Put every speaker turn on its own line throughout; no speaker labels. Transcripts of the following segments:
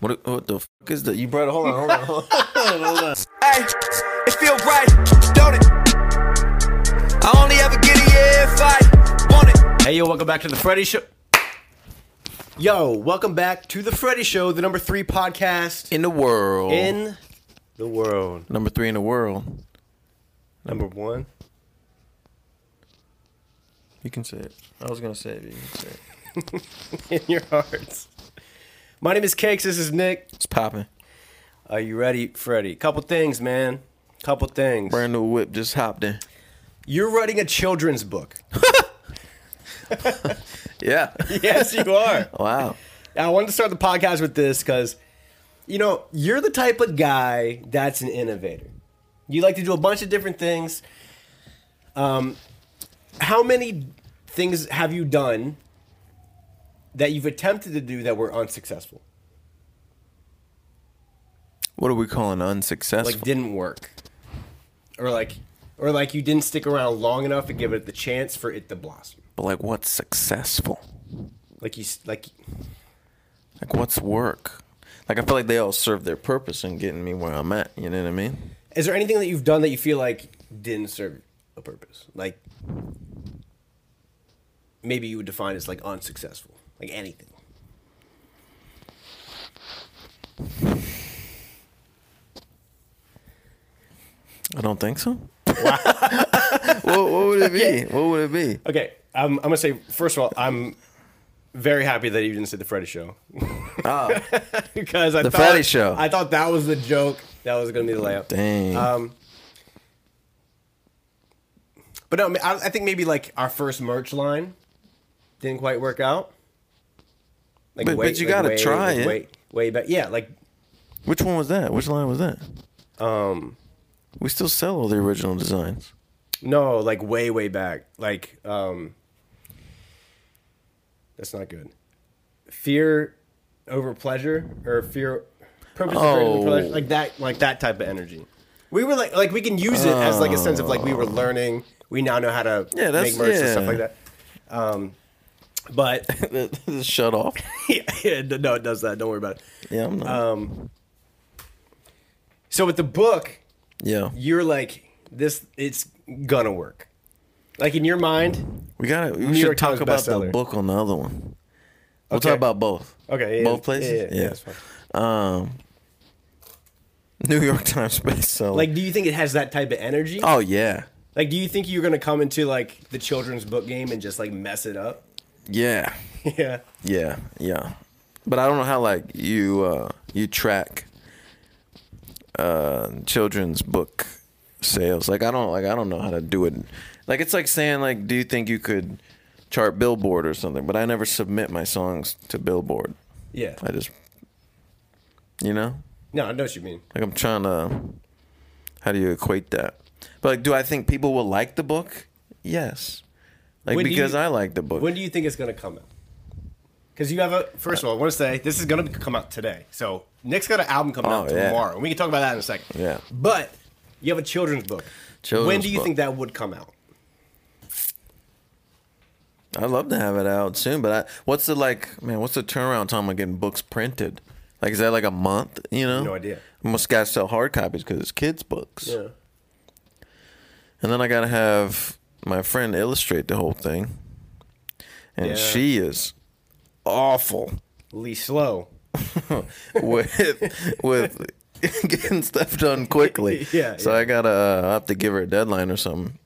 What, what the fuck is that? You brought hold on, hold on, hold on, hold on.
Hey, it feel right, don't it? I only ever get it yeah, if I want it.
Hey, yo, welcome back to the Freddy Show. Yo, welcome back to the Freddy Show, the number three podcast
In the world,
in the world.
number three in the world.
Number one.
You can say it. I was gonna say it. But you can say it.
in your hearts. My name is Cakes. This is Nick.
It's popping.
Are you ready, Freddy? Couple things, man. Couple things.
Brand new whip just hopped in.
You're writing a children's book.
Yeah.
yes, you are.
wow.
Now, I wanted to start the podcast with this because, you know, you're the type of guy that's an innovator. You like to do a bunch of different things. Um, how many things have you done that you've attempted to do that were unsuccessful,
What are we calling unsuccessful?
like didn't work, or like, or like you didn't stick around long enough to give it the chance for it to blossom?
but like, what's successful?
Like you, s- like
Like, what's work? Like, I feel like they all serve their purpose in getting me where I'm at. You know what I mean?
Is there anything that you've done that you feel like didn't serve a purpose? Like maybe you would define as like unsuccessful, like anything.
I don't think so. what, what would it be? What would it be?
Okay, um, I'm, I'm gonna say first of all, I'm very happy that you didn't say the Freddy Show
Oh,
because I
The
thought,
Freddy Show.
I thought that was the joke. That was gonna be the layup.
dang.
Um, but no, I, I think maybe like our first merch line didn't quite work out. Like
But- but you gotta
way-
try
like
it.
Way, way back, yeah. Like
Which one was that? Which line was that?
um,
We still sell all the original designs.
no, like way way back. Like um, that's not good. Fear over pleasure, or fear purpose
Oh.
over pleasure, like that, like that type of energy. We were like, like we can use it as like a sense of like we were learning. We now know how to
Yeah, that's-
make merch and stuff
yeah.
like that. Um, but
Shut off.
yeah, yeah, no, it does that. Don't worry about it.
Yeah, I'm not.
Um, so with the book,
yeah,
you're like this it's gonna work like in your mind
we gotta. We
New
should
York
talk
Times
about the
bestseller.
book on the other one. We'll
Okay.
talk about both.
okay yeah,
both
yeah,
places.
yeah, yeah, that's fine.
Um, New York Times bestseller.
like do you think it has that type of energy
oh yeah,
like do you think you're gonna come into like the children's book game and just like mess it up
yeah,
yeah
yeah, yeah. But I don't know how like you uh you track uh children's book sales. Like I don't like I don't know how to do it. Like it's like saying like, do you think you could chart Billboard or something? But I never submit my songs to Billboard.
yeah
I just, you know,
no i know what you mean
like I'm trying to. How do you equate that? But like, do I think people will like the book? Yes, like
When do
because
you-
I like the book.
when do you think it's gonna come out because you have a first of all i want to say this is gonna be- come out today so nick's got an album coming out
Oh, yeah.
tomorrow and we can talk about that in a second
Yeah.
but you have a children's book when
Children's
do you
book.
think that would come out
I'd love to have it out soon, but I, what's the like, man? What's the turnaround time on getting books printed? Like, is that like a month? You know,
No idea.
I must gotta sell hard copies because it's kids' books,
yeah
and then I gotta have my friend illustrate the whole thing, and
Yeah.
she is awful.
lee slow
with with getting stuff done quickly.
Yeah,
So
yeah.
I gotta uh, I'll have to give her a deadline or something.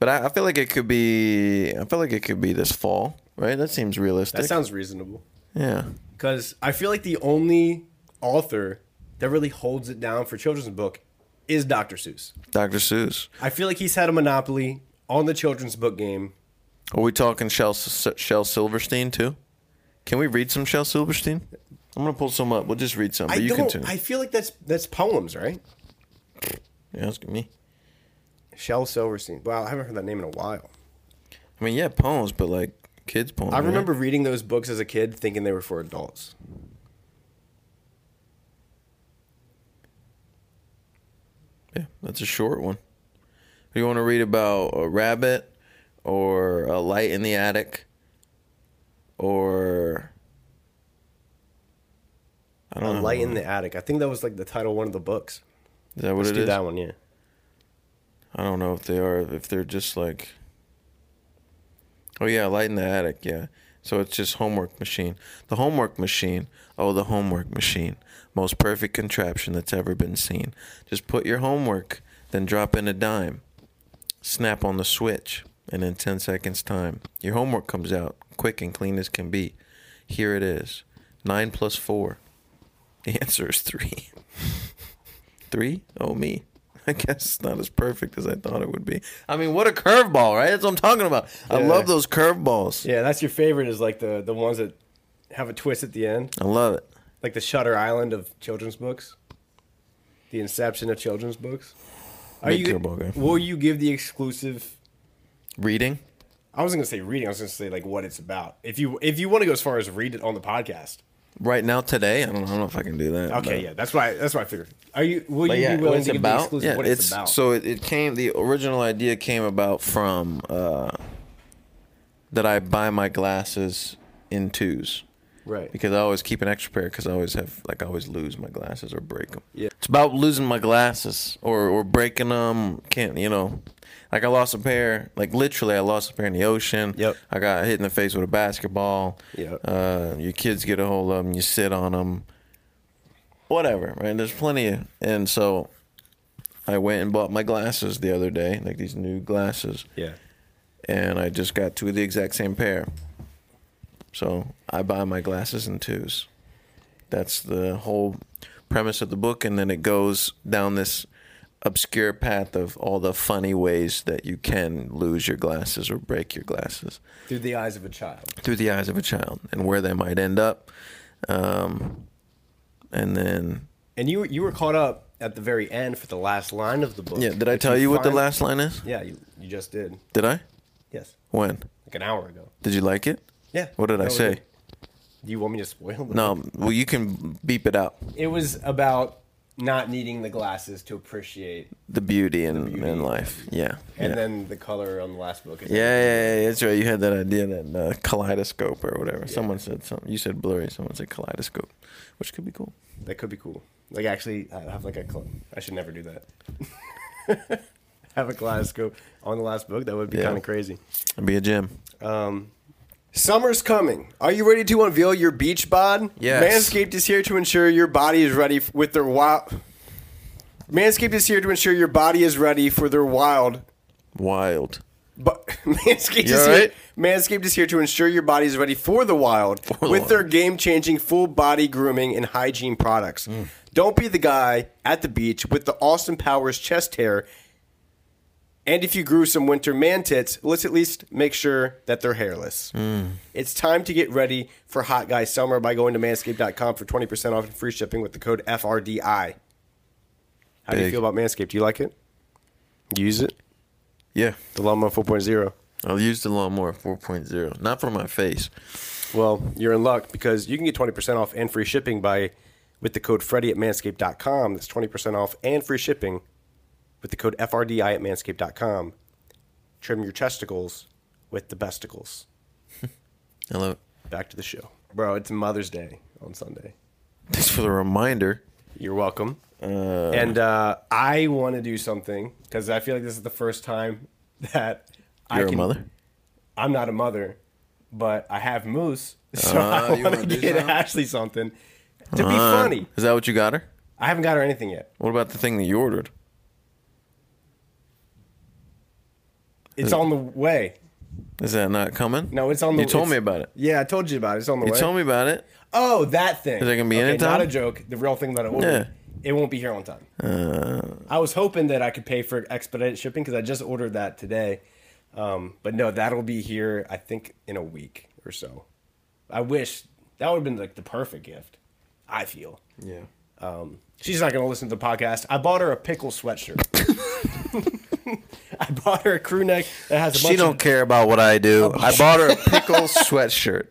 But I, I feel like it could be I feel like it could be this fall, right? That seems realistic.
that sounds reasonable
yeah.
because I feel like the only author that really holds it down for children's book is Dr. Seuss.
Dr. Seuss.
I feel like he's had a monopoly on the children's book game.
Are we talking Shell S- Shell Silverstein too? Can we read some Shell Silverstein? I'm gonna pull some up. We'll just read some, but
I
you
don't.
continue.
I feel like that's that's poems, right?
You're asking me.
Shel Silverstein. Wow, I haven't heard that name in a while.
I mean, yeah, poems, but like kids' poems.
I remember reading those books as a kid, thinking they were for adults.
Yeah, that's a short one. Do you want to read about a rabbit or a light in the attic or I
A
don't know.
Light in the Attic. I think that was like the title of one of the books.
Is that what
Let's
it
do
is?
that one, yeah.
I don't know if they are if they're just like Oh yeah, light in the attic, yeah. So it's just homework machine. The homework machine. Oh, the homework machine. Most perfect contraption that's ever been seen. Just put your homework, then drop in a dime. Snap on the switch, and in 10 seconds time, your homework comes out quick and clean as can be. Here it is. 9 plus 4. The answer is 3. Three? Oh, me. I guess it's not as perfect as I thought it would be. I mean, what a curveball, right? That's what I'm talking about. I
Yeah.
love those curveballs.
Yeah, that's your favorite is like the the ones that have a twist at the end.
I love it.
Like the Shutter Island of children's books. The inception of children's books. Are
Big
you
turbo guy.
will you give the exclusive
Reading?
I wasn't gonna say reading, I was gonna say like what it's about. If you if you want to go as far as read it on the podcast.
Right now, today? I don't, I don't know if I can do that.
Okay,
but-
yeah, that's why that's why I figured. Are you will
But
you
yeah, what
be willing
it's
to give the
about?
exclusive
Yeah,
what it's, about?
So it, it came, the original idea came about from uh, that I buy my glasses in twos.
right.
because I always keep an extra pair because I always have like I always lose my glasses or break them.
Yeah.
it's about losing my glasses or or breaking them. Can't you know? Like I lost a pair. Like literally, I lost a pair in the ocean.
Yep.
I got hit in the face with a basketball.
Yep.
Uh, your kids get a hold of them. You sit on them. Whatever, right? There's plenty of, and so I went and bought my glasses the other day, like these new glasses
yeah.
and I just got two of the exact same pair. So I buy my glasses in twos. That's the whole premise of the book, and then it goes down this obscure path of all the funny ways that you can lose your glasses or break your glasses
Through the eyes of a child.
through the eyes of a child and where they might end up. Um, and then,
And you you were caught up at the very end for the last line of the book.
yeah, did I tell you what the
find-
last line is?
Yeah, you, you just did.
Did I?
Yes,
When?
like an hour ago.
Did you like it?
Yeah.
What did I
that was
say?
it. Do you want me to spoil? The
No, well, you can beep it out.
It was about not needing the glasses to appreciate,
the beauty in, in life. Yeah.
and
yeah.
then the color on the last book. Is
yeah, yeah, yeah, that's right. You had that idea that uh, kaleidoscope or whatever. Someone said something. You said blurry. Someone said kaleidoscope, which could be cool.
That could be cool. Like actually, I have like a. Cl- I should never do that. have a kaleidoscope on the last book. That would be
Yeah.
kind of crazy. Um,
It'd be a gym.
Summer's coming. Are you ready to unveil your beach bod?
Yes.
Manscaped is here to ensure your body is ready f- with their wild. Manscaped is here to ensure your body is ready for their wild.
Wild.
But Manscaped
You
is
alright?
here. Manscaped is here to ensure your body is ready for the wild
the
with
wild.
their game-changing full body grooming and hygiene products.
Mm.
Don't be the guy at the beach with the Austin Powers chest hair. And if you grew some winter man tits, let's at least make sure that they're hairless.
Mm.
It's time to get ready for hot guy summer by going to manscaped.com for 20% off and free shipping with the code FRDI. How do you
Big.
feel about Manscaped? Do you like it? You Use it?
Yeah.
The Llama 4.0.
I'll use the lawnmower 4.0. Not for my face.
Well, you're in luck because you can get 20% off and free shipping by with the code Freddy at manscaped.com. That's 20% off and free shipping with the code FRDI at manscaped.com. Trim your testicles with the besticles.
I love it.
Back to the show. Bro, it's Mother's Day on Sunday.
Thanks for the reminder.
You're welcome. and uh, I want to do something because I feel like this is the first time that I
You're
can.
a mother?
I'm not a mother, but I have Moose, so
Ah,
I
you
want to
wanna do
get
something?
Ashley something to be
Uh,
funny.
Is that what you got her?
I haven't got her anything yet.
What about the thing that you ordered?
It's on the way.
Is that not coming?
No, it's on the.
You told
it's-
me about it.
Yeah, I told you about it. It's on the
You
way.
told me about it.
oh, that thing. Is
there gonna be any
Not
time?
a joke. The real thing that I ordered. It won't be here on time.
Uh.
I was hoping that I could pay for expedited shipping because I just ordered that today. Um, but no, that'll be here. I think in a week or so. I wish that would have been like the perfect gift. I feel.
Yeah.
She's not going to listen to the podcast. I bought her a pickle sweatshirt. I bought her a crew neck that has a bunch
She don't
of
care about what I do. I bought her a pickle sweatshirt.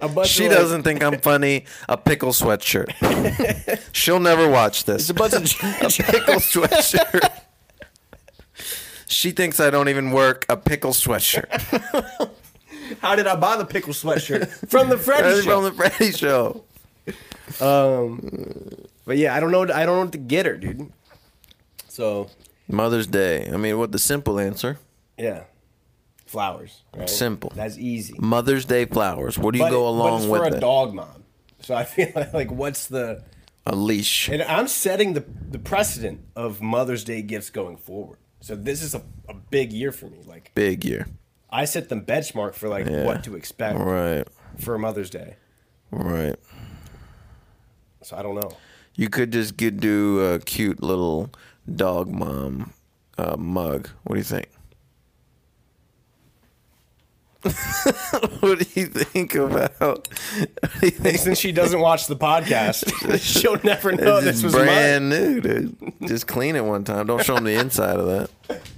a bunch
She
of, like,
doesn't think I'm funny. A pickle sweatshirt. She'll never watch this.
a bunch of
a pickle sweatshirt. She thinks I don't even work. A pickle sweatshirt.
How did I buy the pickle sweatshirt from the Freddy
That's
show?
from the Freddy Show.
But yeah, I don't know. I don't know what to get her, dude. So
Mother's Day. I mean, what the simple answer?
yeah, flowers. right?
Simple.
That's easy.
Mother's Day flowers. What do you
But-
go
but it's
along
for
with
a
it?
dog mom. So I feel like, like what's the
A leash.
and I'm setting the the precedent of Mother's Day gifts going forward. So this is a, a big year for me. Like
Big year.
I set the benchmark for like
Yeah.
what to expect
Right.
for Mother's Day.
Right.
So I don't know.
You could just get, do a cute little dog mom uh, mug. What do you think? what do you think about? What do you think?
Since she doesn't watch the podcast, she'll never know
It's
this
just
was
brand new, dude. Just clean it one time. Don't show them the inside of that.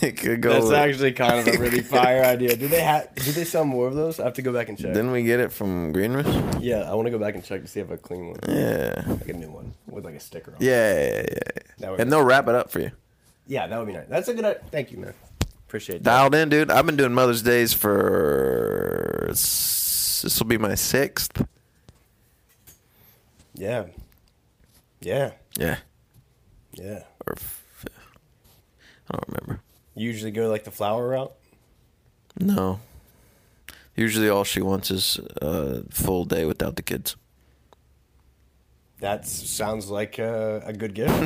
It could go.
mine. That's actually kind of a really fire idea. Do they have? Do they sell more of those? I have to go back and check.
Didn't we get it from Greenridge?
yeah, I want to go back and check to see if I have a clean one,
Yeah.
like a new one with like a sticker on. it.
Yeah, yeah, yeah,
That
yeah.
would be-
And they'll wrap it up for you.
yeah, that would be nice. That's a good. i- Thank you, man. Appreciate that.
Dialed in, dude. I've been doing Mother's Days for. This will be my sixth.
Yeah, yeah,
Yeah.
yeah.
Or f- I don't remember.
You usually go like the flower route.
No. Usually all she wants is a full day without the kids.
That sounds like a, a good gift.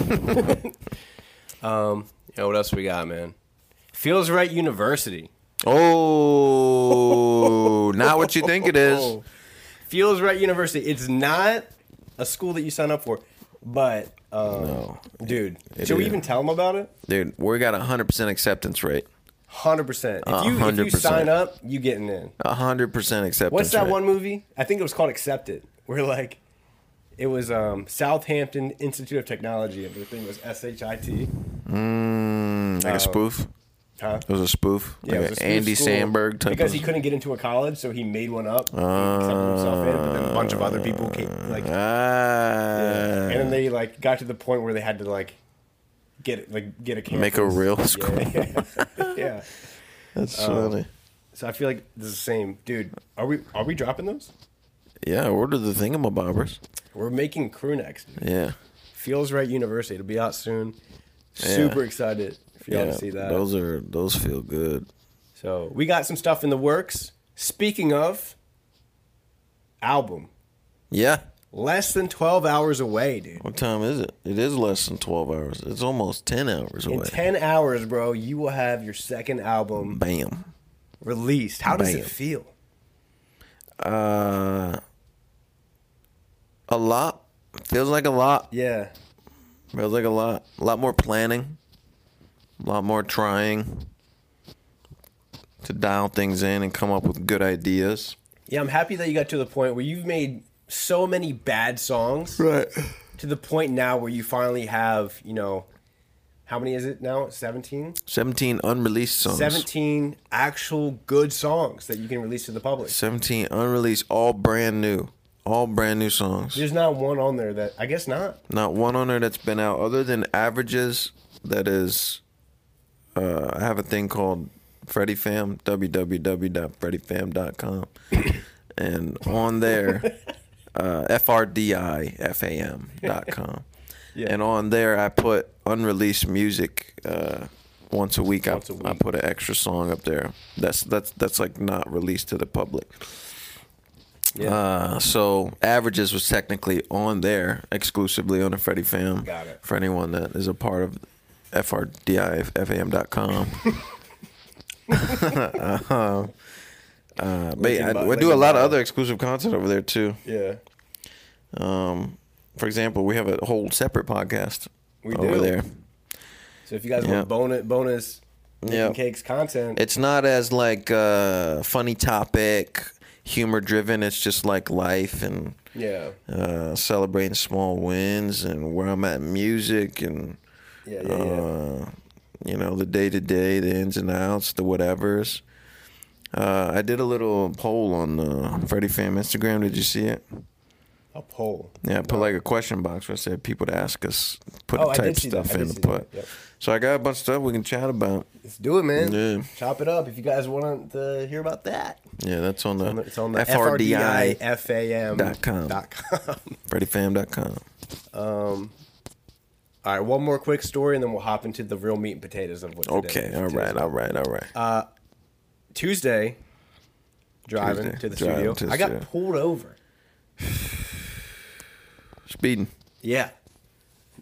um, yeah, what else we got, man? Feels right University.
Oh, not what you think it is.
Oh. Feels Right University. It's not a school that you sign up for, but um,
No.
dude,
It
should we
is.
even tell them about it?
Dude, we got a 100% acceptance rate.
Hundred percent. If
Uh,
you if you
100%.
sign up, you getting in.
A 100% acceptance
What's that
rate.
one movie? I think it was called Accepted. Where like it was um, Southampton Institute of Technology, and the thing was SHIT.
Mm, like a spoof?
Huh?
It was a spoof?
Uh, Yeah, it
like
was a
an
spoof
Andy
school
Sandberg type
because
of
he couldn't get into a college, so he made one up. He accepted himself in, but then a bunch of other people came, like
Ah.
and then they like got to the point where they had to like get like get a campus.
Make a real school.
yeah, yeah.
That's
um,
funny.
So I feel like this is the same, dude. Are we are we dropping those?
Yeah, order the thingamabobbers.
We're making crew next. dude.
Yeah.
Feels right University. It'll be out soon. Super excited for y'all
yeah.
to see that.
Those are those feel good.
So we got some stuff in the works. Speaking of album,
Yeah.
less than twelve hours away, dude.
What time is it? It is less than 12 hours. It's almost 10 hours
In
away.
10 hours, bro, you will have your second album
Bam.
released. How does
Bam.
it feel?
Uh, a lot. Feels like a lot.
Yeah.
Feels like a lot. A lot more planning. A lot more trying to dial things in and come up with good ideas.
Yeah, I'm happy that you got to the point where you've made so many bad songs
Right.
to the point now where you finally have, you know, how many is it now? 17?
17 unreleased songs.
17 actual good songs that you can release to the public.
17 unreleased, all brand new. All brand new songs.
There's not one on there that, I guess not.
Not one on there that's been out other than averages. That is, uh, I have a thing called Freddy Fam, www.freddyfam.com. and on there, uh, FRDIFAM.com.
Yeah.
And on there, I put unreleased music. Uh, once a week,
Once a
I,
week.
I put an extra song up there. That's that's that's like not released to the public.
Yeah.
Uh, so averages was technically on there exclusively on the Freddie Fam.
Got it.
For anyone that is a part of frdiffam.com. uh, but yeah,
buy-
I,
we
we do a
can
lot of
buy-
other exclusive content over there too.
yeah.
Um, for example, we have a whole separate podcast
We
over
do.
there.
So if you guys
Yeah.
want bonus, bonus
Yeah.
Making cakes content,
It's not as like uh, funny topic, humor driven. It's just like life and
yeah.
uh, celebrating small wins and where I'm at in music and
Yeah, yeah, yeah.
uh, you know the day to day, the ins and outs, the whatevers. Uh, I did a little poll on the Freddie Fam Instagram. Did you see it?
a poll.
Yeah, I put like a question box where I said people to ask us, put
Oh,
the
I
type
did see that.
stuff
I did
in to
see that.
put.
Yep.
So I got a bunch of stuff we can chat about.
Let's do it, man.
Yeah.
Chop it up if you guys want to hear about that.
Yeah, that's on the,
It's on the
FRDI.
FRDIFAM
dot com.
dot com.
FreddyFam.com.
All right, one more quick story, and then we'll hop into the real meat and potatoes of what. today-
Okay, all right, all right, all right.
Uh, Tuesday, driving
Tuesday,
to the
driving
studio,
to the
I got
studio.
pulled over.
Speeding.
Yeah,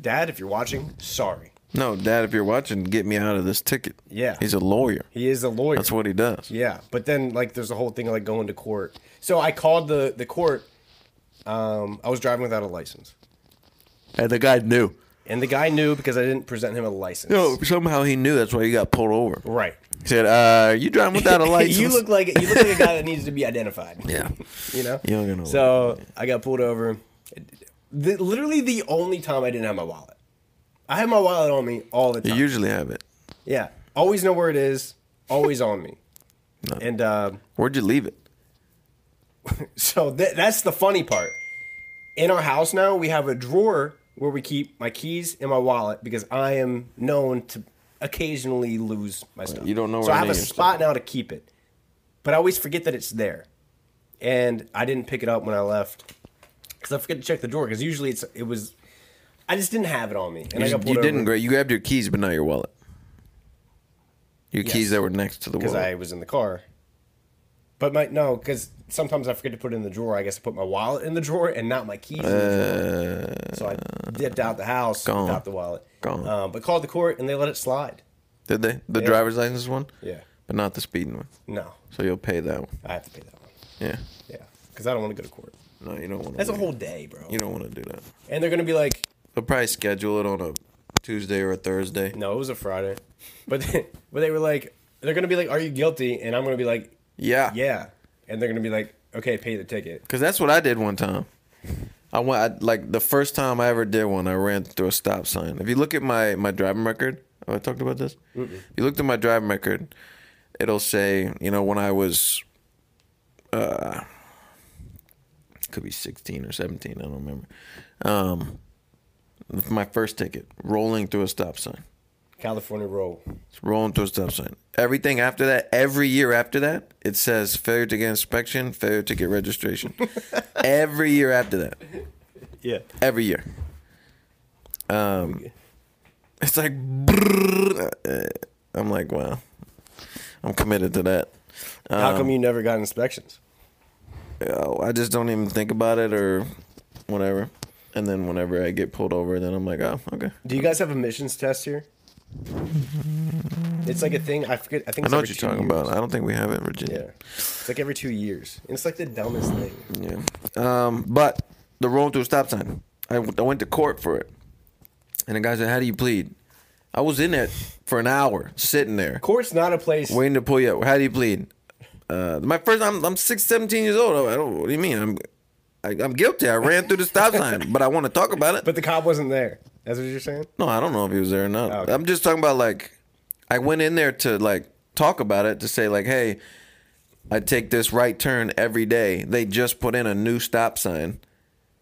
Dad, if you're watching, sorry.
No, Dad, if you're watching, get me out of this ticket.
Yeah.
He's a lawyer.
He is a lawyer.
That's what he does.
Yeah, but then like there's a whole thing like going to court. So I called the the court. Um, I was driving without a license,
And the guy knew.
and the guy knew because I didn't present him a license.
No, somehow he knew. That's why you got pulled over.
right.
He said, uh, "You driving without a license?"
you look like you look like a guy that needs to be identified.
Yeah.
you know.
You don't know.
So I got pulled over. The, literally the only time I didn't have my wallet. I have my wallet on me all the
You
time.
usually have it.
yeah, always know where it is. Always on me. And uh,
Where'd you leave it?
So th- that's the funny part. In our house now, we have a drawer where we keep my keys and my wallet because I am known to occasionally lose my stuff.
you don't know
So
where
I
any of
have a
your
spot
stuff
now to keep it, but I always forget that it's there, and I didn't pick it up when I left because I forget to check the drawer because usually it's it was. I just didn't have it on me, and I
You,
got
you
pulled
didn't.
over
Gra- you grabbed your keys, but not your wallet. Your keys that were next to the
because
wallet.
I was in the car. But my no, because sometimes I forget to put it in the drawer. I guess I put my wallet in the drawer and not my keys. in the drawer.
Uh,
So I dipped out the house
Gone.
without the wallet.
Gone.
Um, but called the court and they let it slide.
Did they? The driver's license one?
Yeah.
But not the speeding one.
No,
So you'll pay that one.
I have to pay that one.
Yeah.
Yeah, because I don't want to go to court.
No, you don't want to.
That's a whole day, bro.
You don't want to do that.
And they're gonna be like,
They'll probably schedule it on a Tuesday or a Thursday.
no, it was a Friday. But they, but they were like, they're gonna be like, are you guilty? And I'm gonna be like,
Yeah.
yeah. And they're gonna be like, okay, pay the ticket.
Cause that's what I did one time. I went I, like the first time I ever did one. I ran through a stop sign. If you look at my my driving record, have I talked about this? If you looked at my driving record, it'll say you know when I was, uh, could be sixteen or seventeen. I don't remember. Um, my first ticket, rolling through a stop sign.
California roll.
It's rolling through a stop sign. Everything after that, every year after that, it says failure to get inspection, failure to get registration. every year after that.
Yeah.
Every year. Um, it's like, brrrr. Uh, I'm like, wow. I'm committed to that. Um.
How come you never got inspections?
Oh, I just don't even think about it or whatever. And then whenever I get pulled over, then I'm like, oh, okay.
Do you guys have emissions test here? It's like a thing. I forget. I think
I
it's
know what
every
you're
two
talking
years.
about. I don't think we have it in Virginia.
Yeah. It's like every two years. And it's like the dumbest thing.
Yeah. Um, but the rolling through a stop sign. I, I went to court for it. And the guy said, How do you plead? I was in it for an hour, sitting there,
Court's not a place.
waiting to pull you up. How do you plead? Uh, my first, I'm, I'm six, 17 years old. I don't, what do you mean? I'm, I, I'm guilty. I ran through the stop sign, but I want to talk about it.
But the cop wasn't there. That's what you're saying?
No, I don't know if he was there or not.
okay.
I'm just talking about like I went in there to like talk about it to say like, hey, I take this right turn every day. They just put in a new stop sign.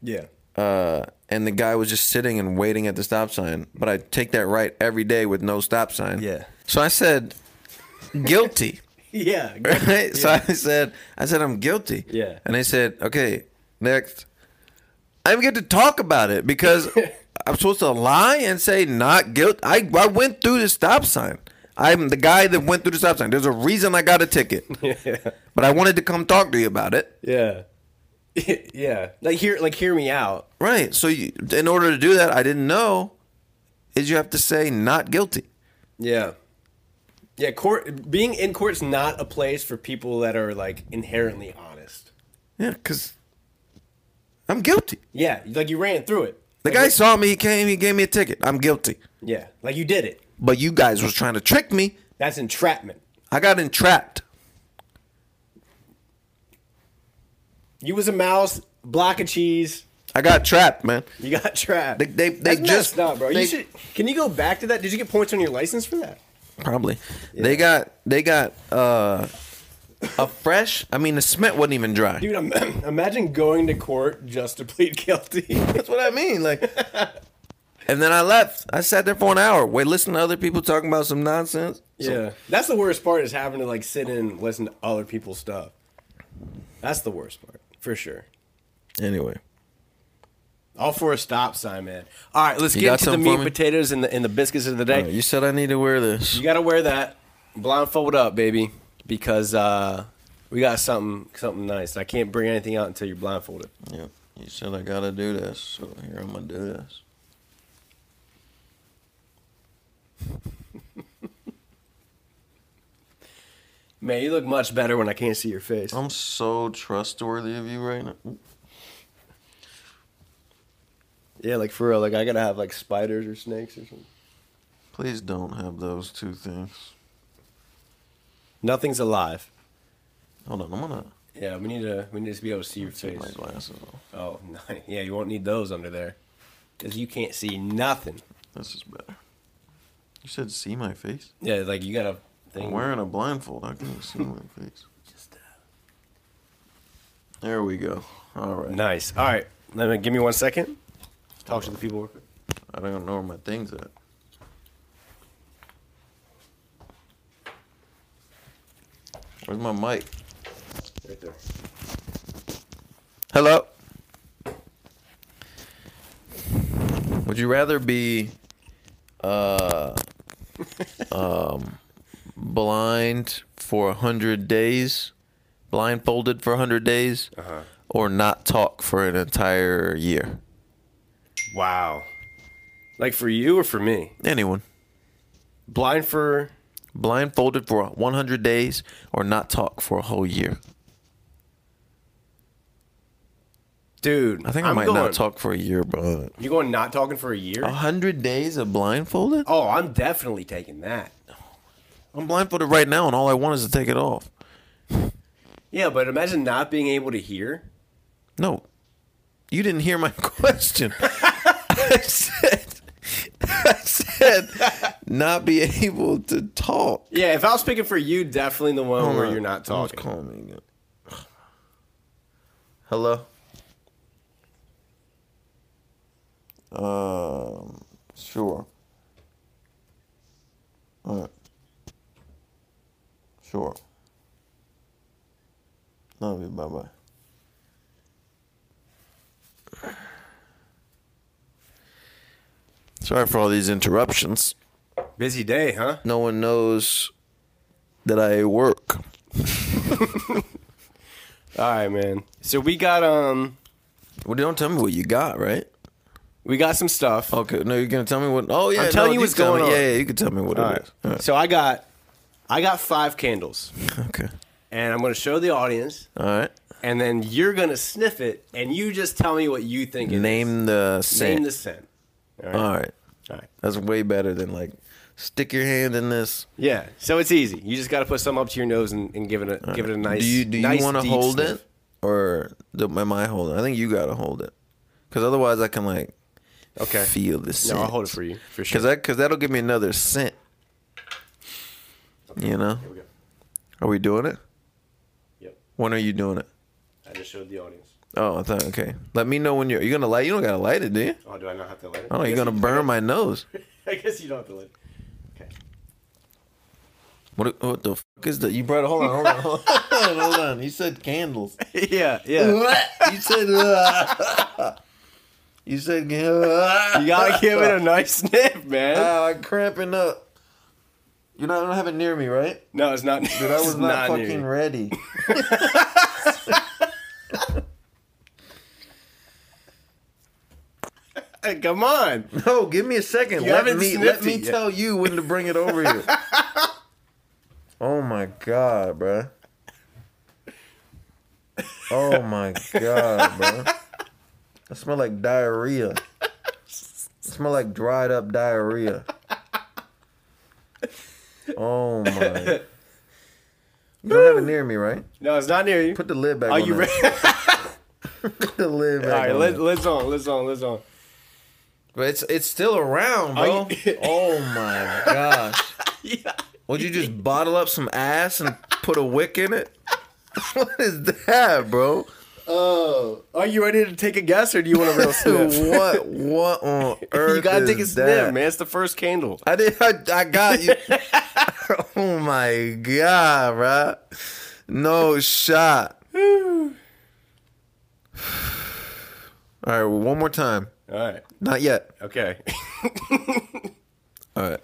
Yeah.
Uh, and the guy was just sitting and waiting at the stop sign. But I take that right every day with no stop sign.
Yeah.
So I said, guilty.
Yeah.
Right? So I said, I said I'm guilty.
Yeah.
And they said, okay, next. I'm going to talk about it because I'm supposed to lie and say not guilty. I I went through the stop sign. I'm the guy that went through the stop sign. There's a reason I got a ticket, but I wanted to come talk to you about it.
Yeah. yeah. Like hear like hear me out.
Right. So you, in order to do that, I didn't know is you have to say not guilty.
Yeah. Yeah, court being in court's not a place for people that are like inherently honest.
Yeah, cuz I'm guilty.
Yeah, like you ran through it.
The
Like,
guy
what-
saw me, he came, he gave me a ticket. I'm guilty.
Yeah, like you did it.
But you guys was trying to trick me.
That's entrapment.
I got entrapped.
You was a mouse, block of cheese.
I got trapped, man.
You got trapped.
They- they- they
That's messed
just-
up, bro.
they-
you should. Can you go back to that? Did you get points on your license for that?
Probably. They got they got uh a fresh. I mean, the cement wasn't even dry.
Dude, im- imagine going to court just to plead guilty.
That's what I mean. Like, and then I left. I sat there for an hour. Wait, listen to other people talking about some nonsense. So-
yeah, that's the worst part is having to like sit in and listen to other people's stuff. That's the worst part, for sure.
Anyway,
All for a stop sign, man. All right, let's
You
get
got
to the
something for me?
meat, potatoes, and the and the biscuits of the day.
All right, you said I need to wear this.
You gotta wear that blindfold up, baby, because uh, we got something something nice. I can't bring anything out until you're blindfolded.
Yep. You said I gotta do this, so here I'm gonna do this.
Man, you look much better when I can't see your face.
I'm so trustworthy of you right now.
Yeah, like for real. Like I gotta have like spiders or snakes or something.
Please don't have those two things.
Nothing's alive.
Hold on, I'm gonna
Yeah, we need to we need to be able to see your
take
face.
my glasses off.
Oh, yeah, you won't need those under there, cause you can't see nothing.
This is better. You said see my face?
Yeah, like you got a thing.
I'm wearing a blindfold. I can't see my face.
Just, uh,
There we go. All right.
nice. All right, let me give me one second. Talk to the people.
I don't know where my thing's at. Where's my mic?
Right there.
Hello. Would you rather be uh, um, blind for a hundred days, blindfolded for a hundred days,
Uh-huh.
or not talk for an entire year?
Wow. Like for you or for me?
Anyone
Blind for
blindfolded for one hundred days or not talk for a whole year?
dude.
I think i
I'm
might
going,
not talk Uh-huh. for a year, bro.
You going not talking for a year?
A hundred days of blindfolded?
oh, I'm definitely taking that.
I'm blindfolded right now, and all I want is to take it off.
Yeah, but imagine not being able to hear.
No, you didn't hear my question. I said, I said, not be able to talk.
Yeah, if I was picking for you, definitely the one where you're not
Someone's
talking.
calling me. Hello. Um. Sure. All right. Sure. Love you. Bye bye. Sorry for all these interruptions.
Busy day, huh?
No one knows that I work.
All right, man. So we got um,
Well, don't tell me what you got, right?
we got some stuff.
Okay, no, you're gonna tell me what. Oh yeah,
I'm telling
no,
you what's
tell
going
me-
on.
Yeah, yeah, you can tell me what it
All right.
is. All right.
So I got, I got five candles,
Okay.
and I'm gonna show the audience,
All right.
and then you're gonna sniff it, and you just tell me what you think. it is.
Name the scent.
Name the scent.
All right.
All right.
That's way better than like stick your hand in this.
Yeah, so it's easy. You just got to put some up to your nose and, and give it a give it a nice.
do you do
nice
you want to
deep
hold
sniff.
it or do, am I holding? it? I think you gotta hold it, because otherwise I can like
Okay.
feel the scent.
No, I'll hold it for you for sure.
Because that because that'll give me another scent. You know.
we go.
Are we doing it?
Yep.
When are you doing it?
I just showed the audience.
Oh, I thought okay. Let me know when you're. You gonna light? You don't gotta light it, do you?
Oh, do I not have to let it?
Oh, you're gonna burn my nose.
I guess you don't have to let. it. Okay.
What, what the fuck is that? You brought hold on, hold on, hold on, hold on. You said candles.
Yeah, yeah.
You said. uh, you said. Uh,
You gotta give it a nice sniff, man.
Oh, I'm cramping up. You're not gonna have it near me, right?
No, it's not.
Dude, I was not, fucking ready.
Hey, come on.
No, give me a second.
You
let
haven't
me
sniffed
let me
it yet.
tell you when to bring it over here. oh my god, bruh. Oh my god, bruh. I smell like diarrhea. I smell like dried up diarrhea. Oh my. You don't have it near me, right?
No, it's not near you.
Put the lid back
Are
on
you
that.
ready?
Put the lid back
All right,
on
let,
that.
let's on, let's on, let's on.
But it's it's still around, bro.
Are you-
oh my gosh.
Yeah.
Would you just bottle up some ass and put a wick in it? What is that, bro?
Oh, are you ready to take a guess, or do you want a real sniff?
what what on earth?
you gotta
is
take a sniff,
that?
man. It's the first candle.
I did. I, I got you. oh my god, bro! No shot. All right, well, one more time.
All right.
Not yet.
Okay.
All right.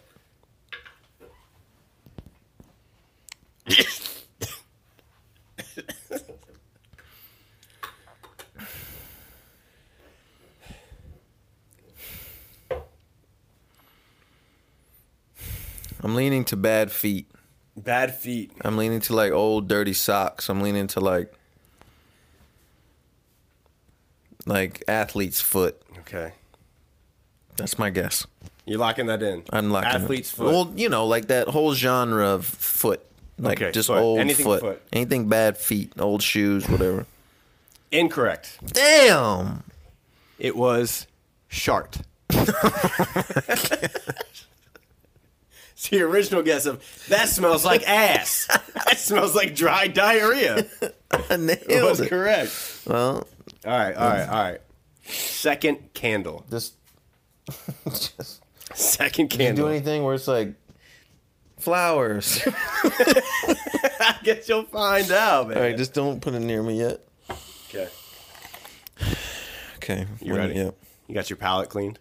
I'm leaning to bad feet.
Bad feet.
I'm leaning to like old dirty socks. I'm leaning to like like athlete's foot.
Okay.
That's my guess.
You're locking that in.
Unlike
Athlete's foot.
Well, you know, like that whole genre of foot, like
Okay,
just
foot.
old
Anything
foot.
foot.
anything bad feet, old shoes, whatever.
Incorrect.
Damn.
It was shart. it's the original guess of that smells like ass. That smells like dry diarrhea.
I nailed
It was
it.
correct.
Well,
All right, all right, all right. Second candle.
just just
Second
do
candle.
anything where it's like flowers.
I guess you'll find out, man.
All right, just don't put it near me yet.
okay.
Okay.
You
when-
ready?
Yep.
You got your palate cleaned?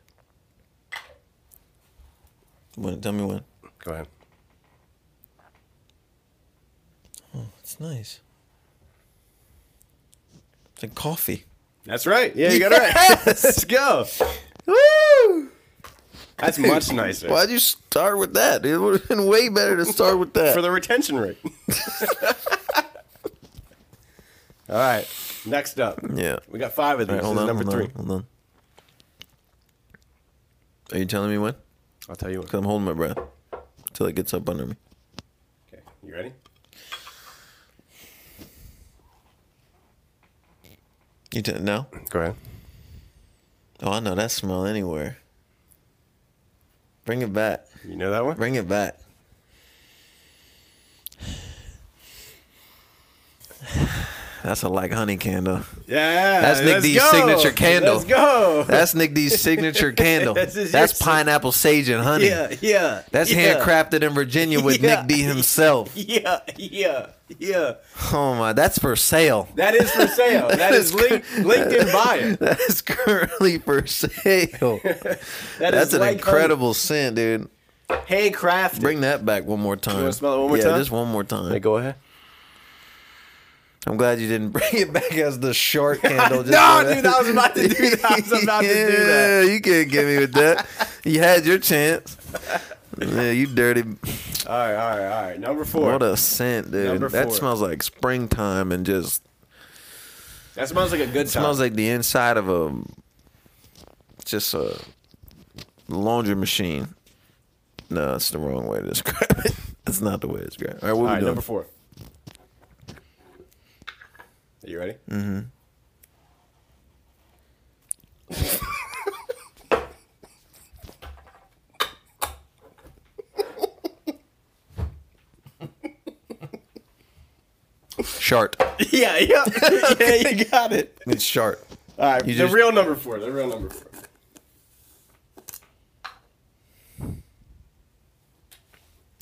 When, tell me when.
Go ahead.
It's nice. It's like coffee.
That's right. Yeah, you got it right. Let's go.
Woo!
That's much nicer.
Why'd you start with that? It would have been way better to start with that.
For the retention rate. All right. Next up.
yeah.
We got five of these.
All right, hold
this
on,
is number
hold
three.
on, hold on. Are you telling me when?
I'll tell you what.
Because I'm holding my breath until it gets up under me.
Okay. You ready?
You t- no?
Go ahead.
Oh, I know that smell anywhere. Bring it back.
You know that one?
Bring it back. That's a like honey candle.
Yeah.
That's Nick
let's
D's
go.
signature candle.
Let's go.
That's Nick D's signature candle.
That's his-
That's pineapple sage and honey.
yeah, yeah.
That's
yeah,
handcrafted in Virginia with
Yeah.
Nick D himself.
Yeah, yeah, yeah.
Oh my, that's for sale.
That is for sale. that
is
is, link, LinkedIn bio.
That is currently for sale.
That
That's
is
an
like um,
incredible scent, dude.
handcrafted.
Bring that back one more time.
wanna smell it one more
yeah,
time?
just one more time.
go ahead.
I'm glad you didn't bring it back as the shark candle. just
No,
for
dude, I was about to do that. I was about to do that.
Yeah, you can't get me with that. You had your chance. Yeah, you dirty.
All right, all right, all right. Number four.
What a scent, dude.
Number
That
four.
smells like springtime and just
that smells like a good time.
smells like the inside of a just a laundry machine. No, that's the wrong way to describe it. That's not the way it's described. All right, what
all
we
right,
doing?
number four. Are you ready?
Mm.
Mm-hmm.
Shart.
Yeah, yeah. yeah, you got it.
It's shart.
All right,
You
the
just-
real number four. The real number four.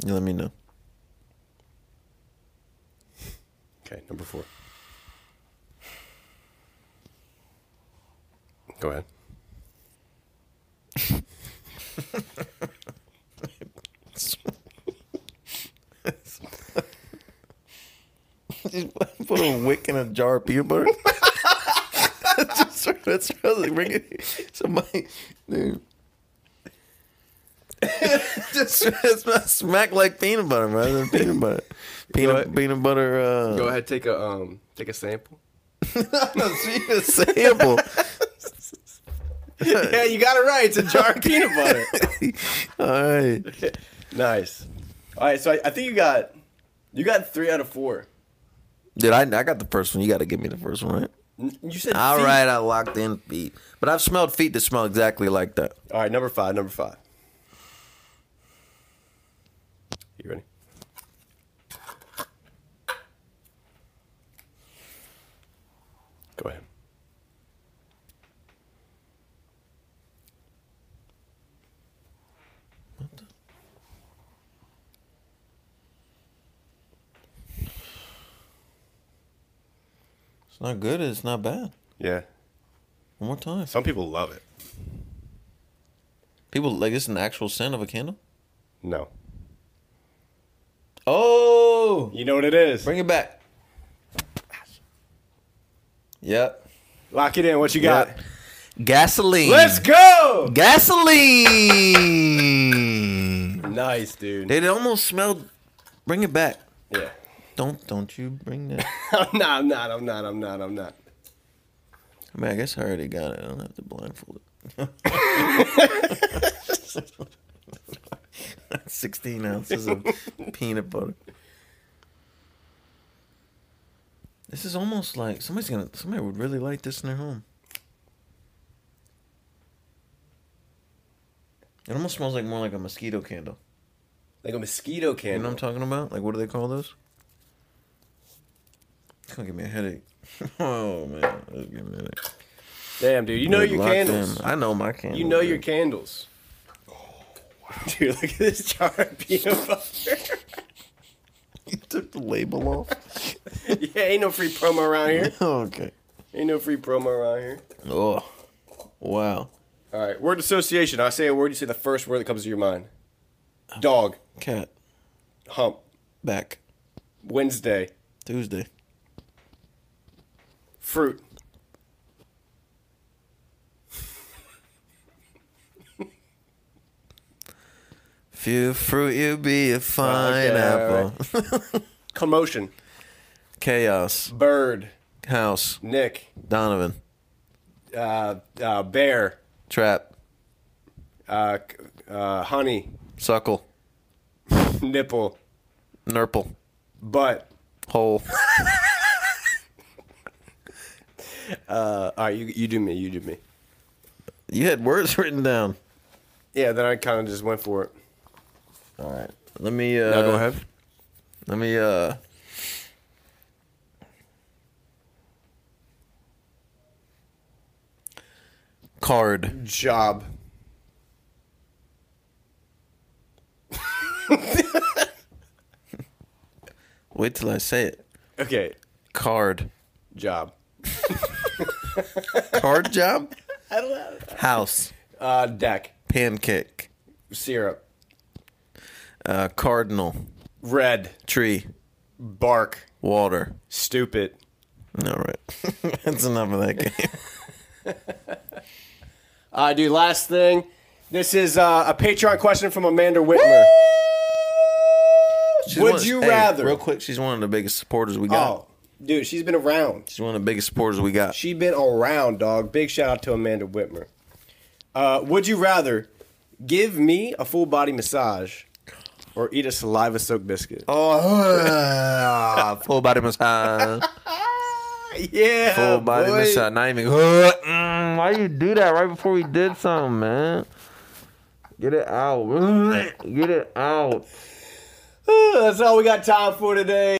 You let me know.
Okay, number four. Go ahead.
Just put a wick in a jar of peanut butter. Just- that's really bring it. Somebody, dude. just it's not smack like peanut butter, man. It's Peanut butter, peanut
ahead.
peanut butter. Uh,
Go ahead. Take a um. Take a sample.
See a sample.
yeah, you got it right. It's a jar of peanut butter.
All right.
Nice. All right, so I, I think you got you got three out of four.
Dude, I, I got the first one. You got to give me the first one, right?
N- You said
All
feet.
right, I locked in feet. But I've smelled feet that smell exactly like that.
All right, number five. Number five. You ready? Go ahead.
It's not good. It's not bad.
Yeah.
One more time.
Some people love it.
People like this is an actual scent of a candle.
No.
Oh,
You know what it is.
bring it back. Yep.
Lock it in. What you got?
Gasoline.
Let's go.
Gasoline.
Nice, dude.
it almost smelled. Bring it back.
Yeah.
Don't don't you bring that.
I'm not. I'm not. I'm not. I'm not. I'm not.
I mean, I guess I already got it. I don't have to blindfold it. Sixteen ounces of peanut butter. This is almost like somebody's gonna. Somebody would really like this in their home. It almost smells like more like a mosquito candle.
Like a mosquito
You know
candle.
what I'm talking about? Like, what do they call those? It's gonna give me a headache. oh man, that's giving me a headache.
Damn, dude. You know
Good
your
luck,
candles.
man. I know my candles.
You know your
dude.
candles. Dude, look at this jar of peanut butter.
You took the label off.
yeah, ain't no free promo around here.
okay.
Ain't no free promo around here.
Oh, wow.
All right, word association. I say a word, you say the first word that comes to your mind. Dog,
Cat
hump,
back
Wednesday,
Tuesday.
fruit.
If you fruit, you be a fine
Okay,
apple.
Commotion,
Chaos.
bird,
House.
Nick,
Donovan.
uh, uh, bear,
Trap.
uh, c- uh, honey,
Suckle.
nipple,
Nurple.
butt.
Hole.
Uh, all right, you, you do me, you do me.
you had words written down.
Yeah, then I kind of just went for it.
All right. Let me. Uh,
Now go ahead.
Let me. uh Card.
Job.
Wait till I say it.
Okay,
Card.
job.
Card job? House.
Uh, deck,
Pancake.
syrup,
Uh, cardinal.
red,
Tree.
bark,
Water.
stupid.
All right. That's enough of that game.
Uh, dude, last thing. This is uh, a Patreon question from Amanda Whitmer.
She's
Would
one of-
you
hey,
rather?
Real quick, she's one of the biggest supporters we got.
Oh, dude, she's been around.
She's one of the biggest supporters we got.
She been around, dog. Big shout out to Amanda Whitmer. Uh, would you rather give me a full body massage or eat a saliva soaked biscuit?
Oh, full body massage.
yeah,
Full body
boy.
massage. Not even. Mm, why you do that right before we did something, man? Get it out. Get it out.
That's all we got time for today.